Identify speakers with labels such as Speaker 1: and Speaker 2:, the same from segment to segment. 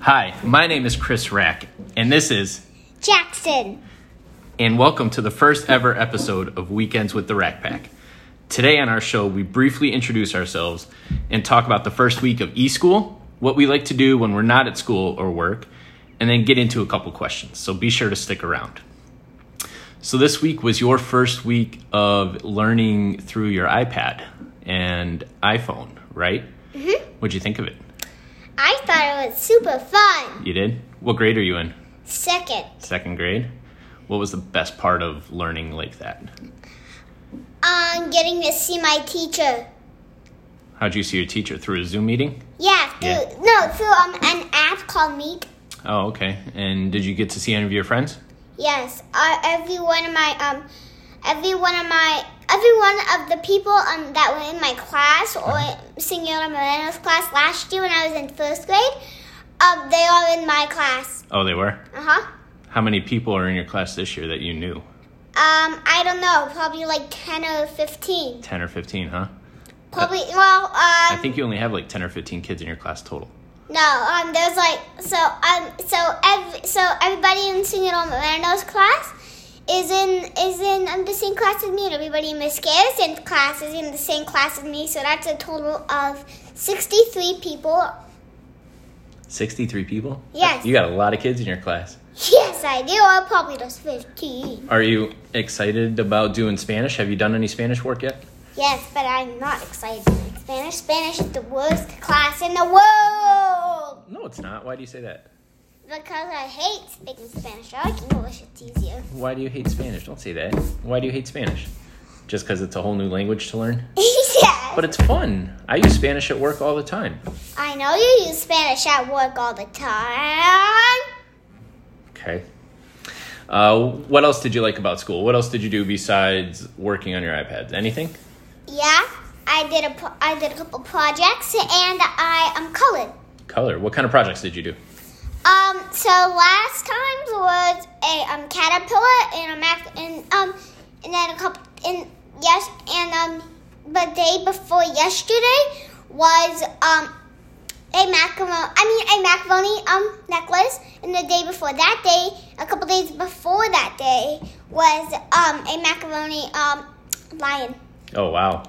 Speaker 1: Hi, my name is Chris Rack, and this is,
Speaker 2: Jackson.
Speaker 1: and welcome to the first ever episode of Weekends with the Rack Pack. Today on our show, we briefly introduce ourselves and talk about the first week of e school, what we like to do when we're not at school or work, and then get into a couple questions. So be sure to stick around. So, this week was your first week of learning through your iPad and iPhone, right? Mm-hmm. What'd you think of it?
Speaker 2: I thought it was super fun.
Speaker 1: You did? What grade are you in?
Speaker 2: Second,
Speaker 1: second grade what was the best part of learning like that
Speaker 2: um, getting to see my teacher.
Speaker 1: how'd you see your teacher through a zoom meeting
Speaker 2: Yeah, through,
Speaker 1: Yeah.
Speaker 2: no, through um, an app called Meet.
Speaker 1: oh okay and did you get to see any of your friends
Speaker 2: Yes, uh, every one of my um, every one of my every one of the people um that were in my class
Speaker 1: Uh-huh.
Speaker 2: or singular millennials class last year when I was in first grade, um, they are in my class.
Speaker 1: oh they were
Speaker 2: Uh huh.
Speaker 1: how many people are in your class this year that you knew
Speaker 2: Um, I don't know, probably like ten or fifteen.
Speaker 1: 10 or 15 huh
Speaker 2: Probably well,
Speaker 1: Uh, i
Speaker 2: um,
Speaker 1: think you only have like 10 or 15 kids in your class total
Speaker 2: No, um, there's like so um so ev- so everybody in Signal Miranda's class is in is in um, the same class as me, and everybody in Miss Garrison's class is in the same class as me. So that's a total of sixty three people.
Speaker 1: 63 people
Speaker 2: Yes.
Speaker 1: you got a lot of kids in your class
Speaker 2: Yes, I do. Or probably just fifteen.
Speaker 1: are you excited about doing spanish have you done any spanish work yet
Speaker 2: Yes, but I'm not excited. about Spanish. Spanish is the worst class in the world
Speaker 1: no it's not why do you say that
Speaker 2: because I hate speaking Spanish. I like English. It's easier.
Speaker 1: why do you hate spanish don't say that why do you hate spanish just because it's a whole new language to learn
Speaker 2: yes.
Speaker 1: But it's fun. I use Spanish at work all the time.
Speaker 2: I know you use Spanish at work all the time.
Speaker 1: Okay. Uh, what else did you like about school? What else did you do besides working on your iPads? Anything?
Speaker 2: Yeah, I did a pro- I did a couple projects and I am um, colored.
Speaker 1: Color. What kind of projects did you do?
Speaker 2: Um, so last time was a um caterpillar and a mac and um and then a couple and yes and um the day before yesterday was um a macaroni I mean a macaroni um necklace and the day before that day a couple days before that day was um a macaroni um lion.
Speaker 1: Oh, wow.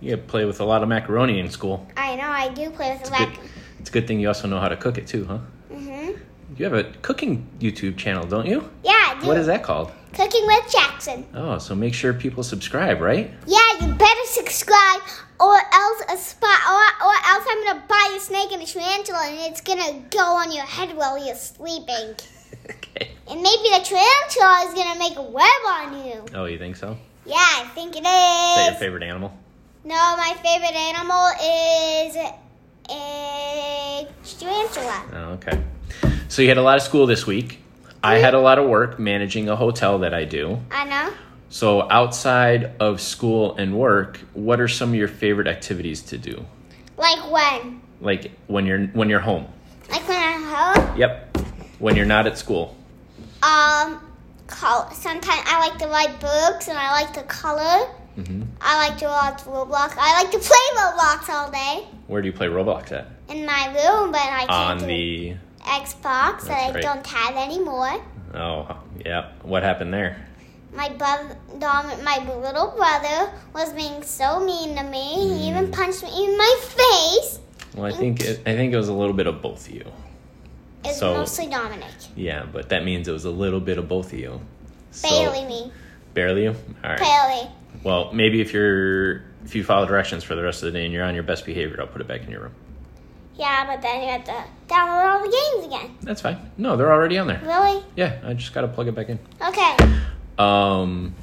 Speaker 1: You play with a lot of macaroni in school.
Speaker 2: I know I do play with a
Speaker 1: Good-
Speaker 2: mac.
Speaker 1: It's a good thing you also know how to cook it too, huh?
Speaker 2: Mhm.
Speaker 1: You have a cooking YouTube channel, don't you?
Speaker 2: Yeah, I do.
Speaker 1: What is that called?
Speaker 2: Cooking with Jackson.
Speaker 1: Oh, so make sure people subscribe, right?
Speaker 2: Yeah, you better subscribe, or else a spot, or, or else I'm gonna buy a snake and a tarantula, and it's gonna go on your head while you're sleeping.
Speaker 1: okay.
Speaker 2: And maybe the tarantula is gonna make a web on you.
Speaker 1: Oh, you think so? Is
Speaker 2: Yeah, I think it
Speaker 1: that your
Speaker 2: is.
Speaker 1: favorite animal?
Speaker 2: no, my favorite animal is a tarantula.
Speaker 1: Oh, okay. So you had a lot of school this week. I had a lot of work managing a hotel that I do.
Speaker 2: I know.
Speaker 1: So outside of school and work, what are some of your favorite activities to do?
Speaker 2: Like when?
Speaker 1: Like when you're when you're home.
Speaker 2: Like when I'm home?
Speaker 1: Yep. When you're not at school.
Speaker 2: Um, col- sometimes I like to write books and I like to color.
Speaker 1: hmm
Speaker 2: I like to watch Roblox. I like to play Roblox all day
Speaker 1: Where do you play Roblox at?
Speaker 2: in my room, but I can't
Speaker 1: On
Speaker 2: do
Speaker 1: the
Speaker 2: Xbox that I
Speaker 1: That's right.
Speaker 2: don't have anymore.
Speaker 1: oh yeah. What happened there?
Speaker 2: My brother, my little brother, was being so mean to me.
Speaker 1: Mm.
Speaker 2: He even punched me in my face.
Speaker 1: Well, I think it, I think it was a little bit of both of you.
Speaker 2: It's
Speaker 1: So-
Speaker 2: mostly Dominic,
Speaker 1: Yeah, but that means it was a little bit of both of you. So,
Speaker 2: barely me,
Speaker 1: Barely you. All right.
Speaker 2: barely.
Speaker 1: Well, maybe if you're if you follow directions for the rest of the day and you're on your best behavior, I'll put it back in your room.
Speaker 2: Yeah, but then you have to download all the games again.
Speaker 1: That's fine. No, they're already on there.
Speaker 2: Really?
Speaker 1: Yeah, I just got to plug it back in.
Speaker 2: Okay.
Speaker 1: Um,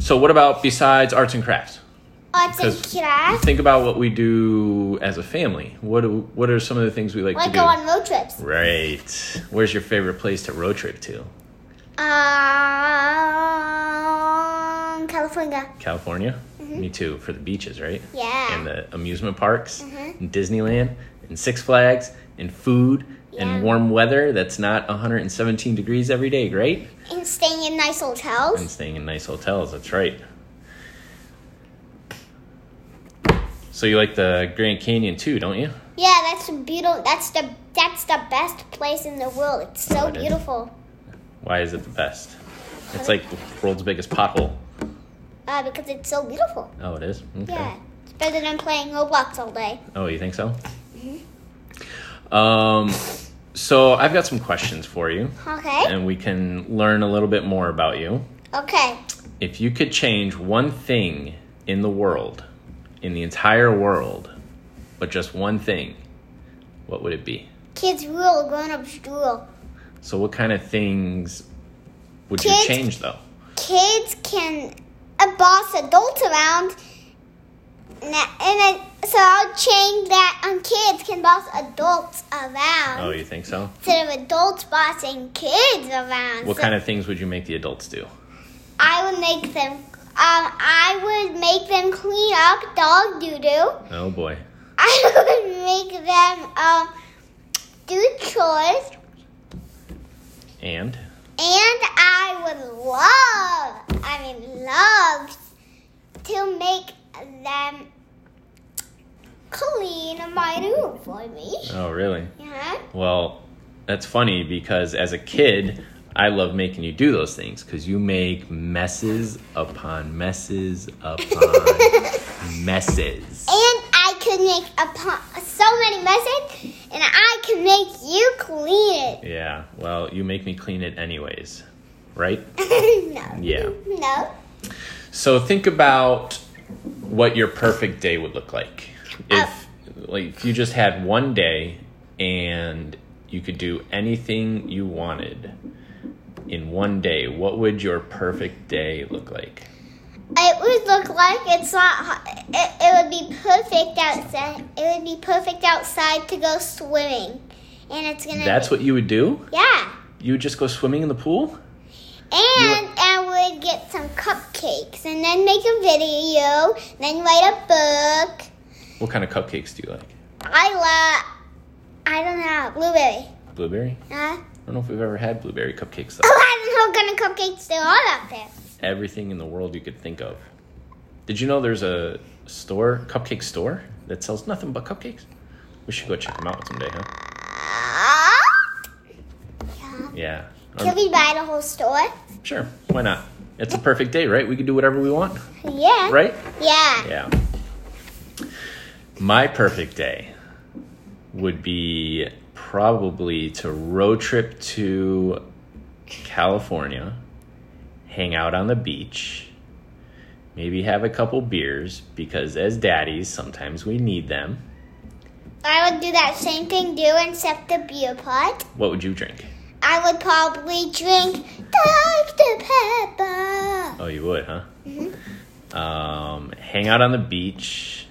Speaker 1: so what about besides arts and crafts?
Speaker 2: Arts and
Speaker 1: Because-
Speaker 2: crafts.
Speaker 1: Think about what we do as a family. What do, what are some of the things we like
Speaker 2: Like
Speaker 1: to
Speaker 2: go
Speaker 1: do?
Speaker 2: on road trips.
Speaker 1: right. Where's your favorite place to road trip to?
Speaker 2: Um, California.
Speaker 1: California.
Speaker 2: Mm-hmm.
Speaker 1: Me too. For the beaches, right?
Speaker 2: Yeah.
Speaker 1: And the amusement parks, and Disneyland, and Six Flags, and food,
Speaker 2: Yeah.
Speaker 1: and warm weather that's not 117 degrees every day. Great.
Speaker 2: and staying in nice hotels.
Speaker 1: and staying in nice hotels. That's right. So you like the Grand Canyon too, don't you?
Speaker 2: yeah, that's the beautiful. That's the that's the best place in the world. It's so
Speaker 1: it is.
Speaker 2: beautiful.
Speaker 1: Why is it the best? It's like the world's biggest pothole.
Speaker 2: Uh, because it's so beautiful.
Speaker 1: Oh, it is? Okay.
Speaker 2: Yeah. It's better than playing Roblox all day.
Speaker 1: Oh, you think so?
Speaker 2: Mm-hmm.
Speaker 1: Um, so I've got some questions for you,
Speaker 2: Okay.
Speaker 1: and we can learn a little bit more about you.
Speaker 2: Okay.
Speaker 1: If you could change one thing in the world, in the entire world, but just one thing, what would it be?
Speaker 2: Kids rule, grown ups rule.
Speaker 1: So, what kind of things would
Speaker 2: Kids-
Speaker 1: you change though?
Speaker 2: Kids can uh, boss adults around. And that- and then, so I'll change that um, kids can boss adults around.
Speaker 1: Oh, you think so?
Speaker 2: instead of adults bossing kids around.
Speaker 1: What
Speaker 2: So
Speaker 1: kind of things would you make the adults do?
Speaker 2: I would make them. Um, I would make them clean up dog doo doo.
Speaker 1: Oh boy.
Speaker 2: I would make them um do chores,
Speaker 1: And
Speaker 2: and I would love. I mean, love to make them clean my room for me.
Speaker 1: oh really?
Speaker 2: Yeah.
Speaker 1: Well, that's funny because as a kid, I love making you do those things because you make messes upon messes upon messes.
Speaker 2: And I could make a po- so many messes, and I could make you clean
Speaker 1: Yeah, well, you make me clean it anyways, right?
Speaker 2: it. no.
Speaker 1: Yeah.
Speaker 2: No.
Speaker 1: So think about what your perfect day would look like. If like if you just had one day and you could do anything you wanted in one day, what would your perfect day look like?
Speaker 2: It would look like it's not. hot. It, it would be perfect outside. It would be perfect outside to go swimming, and it's gonna.
Speaker 1: That's what you would do?
Speaker 2: yeah,
Speaker 1: You would just go swimming in the pool?
Speaker 2: and I would get some cupcakes, and then make a video, then write a book.
Speaker 1: What kind of cupcakes do you like?
Speaker 2: I love. I don't know blueberry.
Speaker 1: Blueberry?
Speaker 2: Huh?
Speaker 1: I don't know if we've ever had blueberry cupcakes
Speaker 2: Oh,
Speaker 1: though.
Speaker 2: I don't know what kind of cupcakes there are out there.
Speaker 1: Everything in the world you could think of. Did you know there's a store, cupcake store, that sells nothing but cupcakes? We should go check them out someday, huh?
Speaker 2: Uh,
Speaker 1: Um, Yeah.
Speaker 2: Can we buy the whole store?
Speaker 1: sure. Why not? It's a perfect day, right? We can do whatever we want,
Speaker 2: Yeah.
Speaker 1: right?
Speaker 2: Yeah.
Speaker 1: Yeah. My perfect day would be probably to road trip to California, hang out on the beach, maybe have a couple beers because as daddies, sometimes we need them.
Speaker 2: I would do that same thing, do except the beer part.
Speaker 1: What would you drink?
Speaker 2: I would probably drink Dr. Pepper.
Speaker 1: Oh, you would, huh? Um, hang out on the beach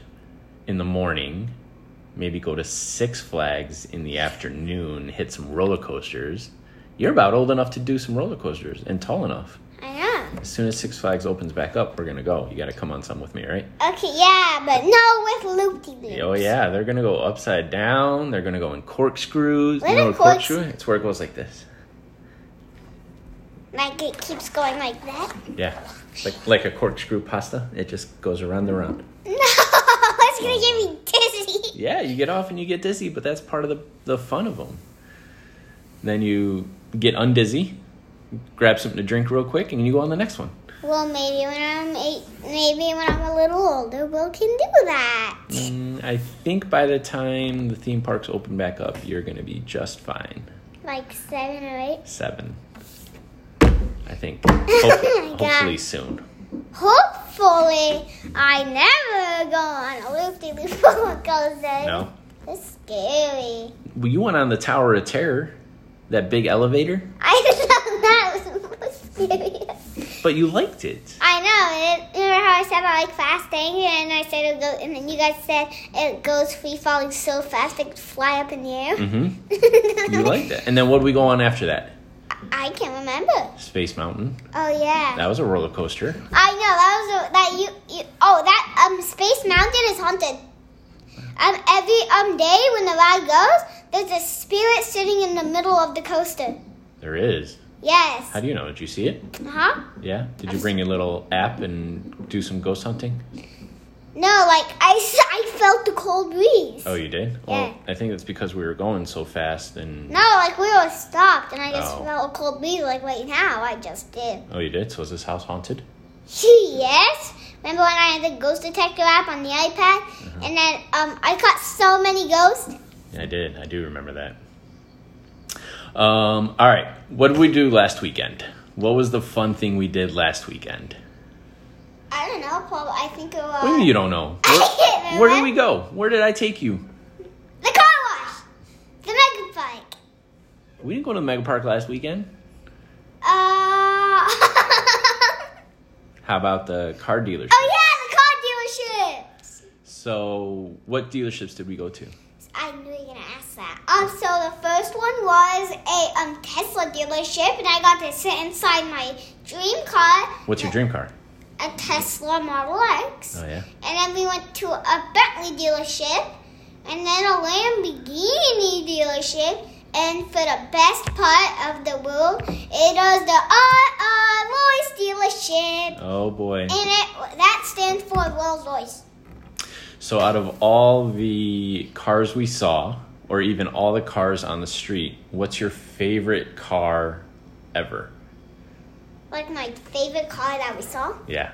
Speaker 1: in the morning. Maybe go to Six Flags in the afternoon. Hit some roller coasters. You're about old enough to do some roller coasters and tall enough.
Speaker 2: I
Speaker 1: As soon as Six Flags opens back up, we're gonna go. You gotta come on some with me, right?
Speaker 2: know. Okay, yeah, but no with loop de loops.
Speaker 1: Oh yeah, they're gonna go upside down. They're gonna go in corkscrews.
Speaker 2: What
Speaker 1: you know
Speaker 2: are
Speaker 1: a corkscrew?
Speaker 2: corks-
Speaker 1: It's where it goes like this.
Speaker 2: Like it keeps going like that.
Speaker 1: Yeah, It's like like a corkscrew pasta. It just goes around and around.
Speaker 2: No, it's gonna get me dizzy.
Speaker 1: yeah, you get off and you get dizzy, but that's part of the, the fun of them. Then you get undizzy, grab something to drink real quick, and you go on the next one.
Speaker 2: Well, maybe when I'm eight, maybe when I'm a little older, we can do that.
Speaker 1: Mm, I think by the time the theme parks open back up, you're going to be just fine.
Speaker 2: Like seven or eight.
Speaker 1: Seven. I think. Hope-
Speaker 2: God.
Speaker 1: hopefully soon.
Speaker 2: Hopefully, I never go on a loop de loop roller coaster.
Speaker 1: No?
Speaker 2: It's scary.
Speaker 1: Well, you went on the Tower of Terror, that big elevator,
Speaker 2: I thought that was so scary.
Speaker 1: but you liked it.
Speaker 2: I know. It, remember how I said I like fasting, and I said it go, and then you guys said it goes free falling so fast it could fly up in the air.
Speaker 1: hmm You liked it. And then what did we go on after that?
Speaker 2: I can't remember.
Speaker 1: Space Mountain.
Speaker 2: Oh yeah.
Speaker 1: That was a roller coaster.
Speaker 2: I know that was a, that you, you. Oh, that um Space Mountain is haunted. Um, every um day when the ride goes, there's a spirit sitting in the middle of the coaster.
Speaker 1: There is.
Speaker 2: Yes. Uh-huh.
Speaker 1: How do you know? Did you see it?
Speaker 2: Huh?
Speaker 1: Yeah. Did you bring your little app and do some ghost hunting?
Speaker 2: No, like I, s- I felt the cold breeze.
Speaker 1: Oh, you did?
Speaker 2: Yeah.
Speaker 1: Well, I think it's because we were going so fast and.
Speaker 2: No, like we were stopped, and I just
Speaker 1: Oh.
Speaker 2: felt a cold breeze. Like right now, I just did.
Speaker 1: Oh, you did? So is this house haunted?
Speaker 2: She yes. Remember when I had the ghost detector app on the iPad, and then um, I caught so many ghosts.
Speaker 1: Yeah, I did. I do remember that. Um, all right. What did we do last weekend? What was the fun thing we did last weekend?
Speaker 2: I don't know, Paul. I think it was
Speaker 1: What do you mean you don't know? Where, where did we go? Where did I take you?
Speaker 2: the car wash, the mega bike.
Speaker 1: We didn't go to the Mega Park last weekend.
Speaker 2: Uh,
Speaker 1: How about the car dealership?
Speaker 2: oh yeah, the oh, car dealerships.
Speaker 1: So, what dealerships did we go to?
Speaker 2: I knew you were gonna ask that. Um, so the first one was a um Tesla dealership, and I got to sit inside my dream car,
Speaker 1: What's your dream car?
Speaker 2: a Tesla Model X.
Speaker 1: Oh yeah.
Speaker 2: And then we went to a Bentley dealership, and then a Lamborghini dealership. And for the best part of the world, it was the R.R. Royce dealership,
Speaker 1: Oh boy.
Speaker 2: and it that stands for Rolls Royce.
Speaker 1: So, out of all the cars we saw, or even all the cars on the street, what's your favorite car ever?
Speaker 2: Like my favorite car that we saw,
Speaker 1: Yeah,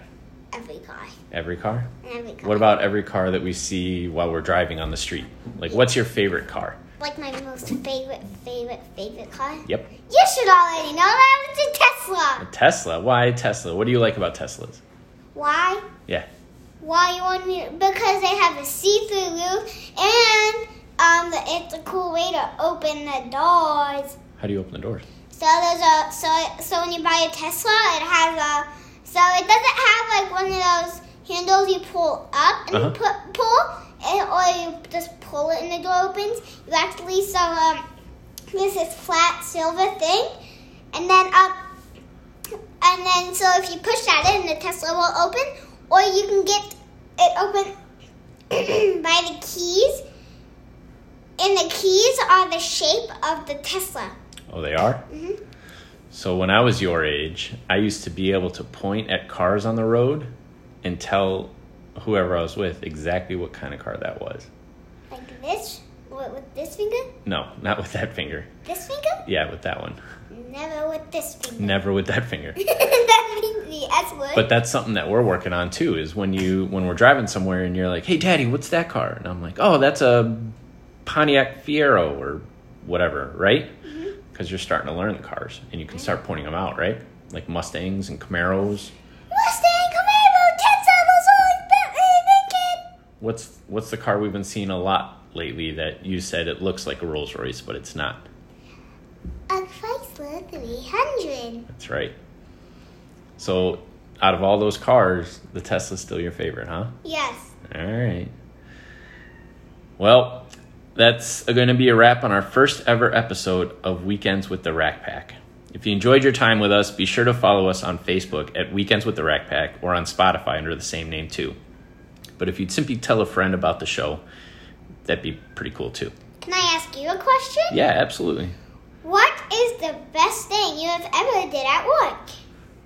Speaker 2: every car,
Speaker 1: every car.
Speaker 2: every car.
Speaker 1: What about every car that we see while we're driving on the street? Like, what's your favorite car?
Speaker 2: like my most favorite, favorite, favorite car?
Speaker 1: Yep,
Speaker 2: You should already know that it's a
Speaker 1: a
Speaker 2: Tesla.
Speaker 1: Tesla. Why Tesla? What do you like about Teslas?
Speaker 2: Why?
Speaker 1: Yeah,
Speaker 2: Why you want me? Because they have a see-through roof, and um, it's a cool way to open the doors.
Speaker 1: how do you open the doors?
Speaker 2: So there's a so so when you buy a Tesla, it has a so it doesn't have like one of those handles you pull up and
Speaker 1: Uh-huh.
Speaker 2: you put pull, and, or you just pull it and the door opens. You actually so um this is flat silver thing, and then up and then so if you push that in, the Tesla will open, or you can get it open by the keys. And the keys are the shape of the Tesla.
Speaker 1: Oh, they are?
Speaker 2: Mhm.
Speaker 1: So, when I was your age, I used to be able to point at cars on the road and tell whoever I was with exactly what kind of car that was.
Speaker 2: Like this? With, with this finger?
Speaker 1: No, not with that finger.
Speaker 2: This finger?
Speaker 1: Yeah, with that one.
Speaker 2: Never with this finger.
Speaker 1: Never with that finger.
Speaker 2: that means the S word.
Speaker 1: But that's something that we're working on too. Is when you when we're driving somewhere and you're like, "Hey, Daddy, what's that car?" And I'm like, "Oh, that's a Pontiac Fiero or whatever, right?" Because you're starting to learn the cars and you can start pointing them out, right? Like Mustangs and Camaros.
Speaker 2: Mustang, Camaro, Tesla, Rolls Royce, Bentley, Lincoln.
Speaker 1: What's what's the car we've been seeing a lot lately that you said it looks like a Rolls Royce, but it's not.
Speaker 2: A Chrysler 300.
Speaker 1: That's right. So, out of all those cars, the Tesla's still your favorite, huh?
Speaker 2: Yes.
Speaker 1: All right. Well, that's going to be a wrap on our first ever episode of Weekends with the Rack Pack. If you enjoyed your time with us, be sure to follow us on Facebook at Weekends with the Rack Pack or on Spotify under the same name, too. But if you'd simply tell a friend about the show, that'd be pretty cool, too.
Speaker 2: Can I ask you a question?
Speaker 1: Yeah, absolutely.
Speaker 2: What is the best thing you have ever did at work?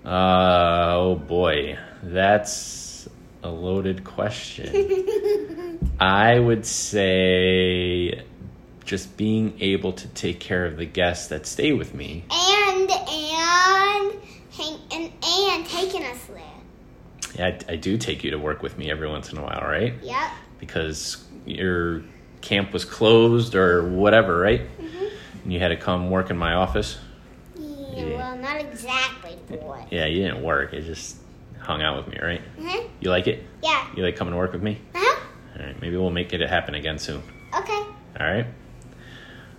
Speaker 1: Uh, oh boy, that's a loaded question. I would say just being able to take care of the guests that stay with me.
Speaker 2: And, and, hang, and, and taking us there.
Speaker 1: I, I do take you to work with me every once in a while, right?
Speaker 2: Yep.
Speaker 1: Because your camp was closed or whatever, right? And you had to come work in my office.
Speaker 2: Yeah,
Speaker 1: Yeah.
Speaker 2: Well, not exactly boy.
Speaker 1: Yeah, you didn't work. You just hung out with me, right?
Speaker 2: Uh-huh.
Speaker 1: You like it?
Speaker 2: Yeah.
Speaker 1: You like coming to work with me?
Speaker 2: Uh-huh.
Speaker 1: All right, maybe we'll make it happen again soon.
Speaker 2: Okay.
Speaker 1: All right.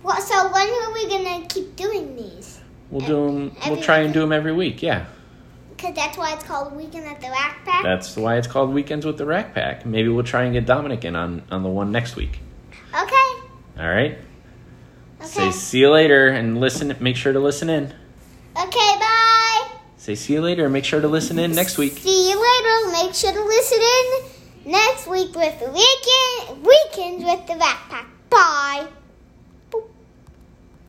Speaker 2: Well, so when are we gonna keep doing these?
Speaker 1: We'll do them. We'll
Speaker 2: every
Speaker 1: try and do them every week. Yeah,
Speaker 2: Because that's why it's called Weekend at the Rack Pack.
Speaker 1: that's why it's called Weekends with the Rack Pack. Maybe we'll try and get Dominic in on on the one next week.
Speaker 2: okay.
Speaker 1: All right.
Speaker 2: Okay.
Speaker 1: Say see you later and listen. Make sure to listen in.
Speaker 2: okay. Bye.
Speaker 1: Say see you later and make sure to listen in next week.
Speaker 2: See you later. Make sure to listen in next week with Weekend Weekends with the Rack Pack. Bye.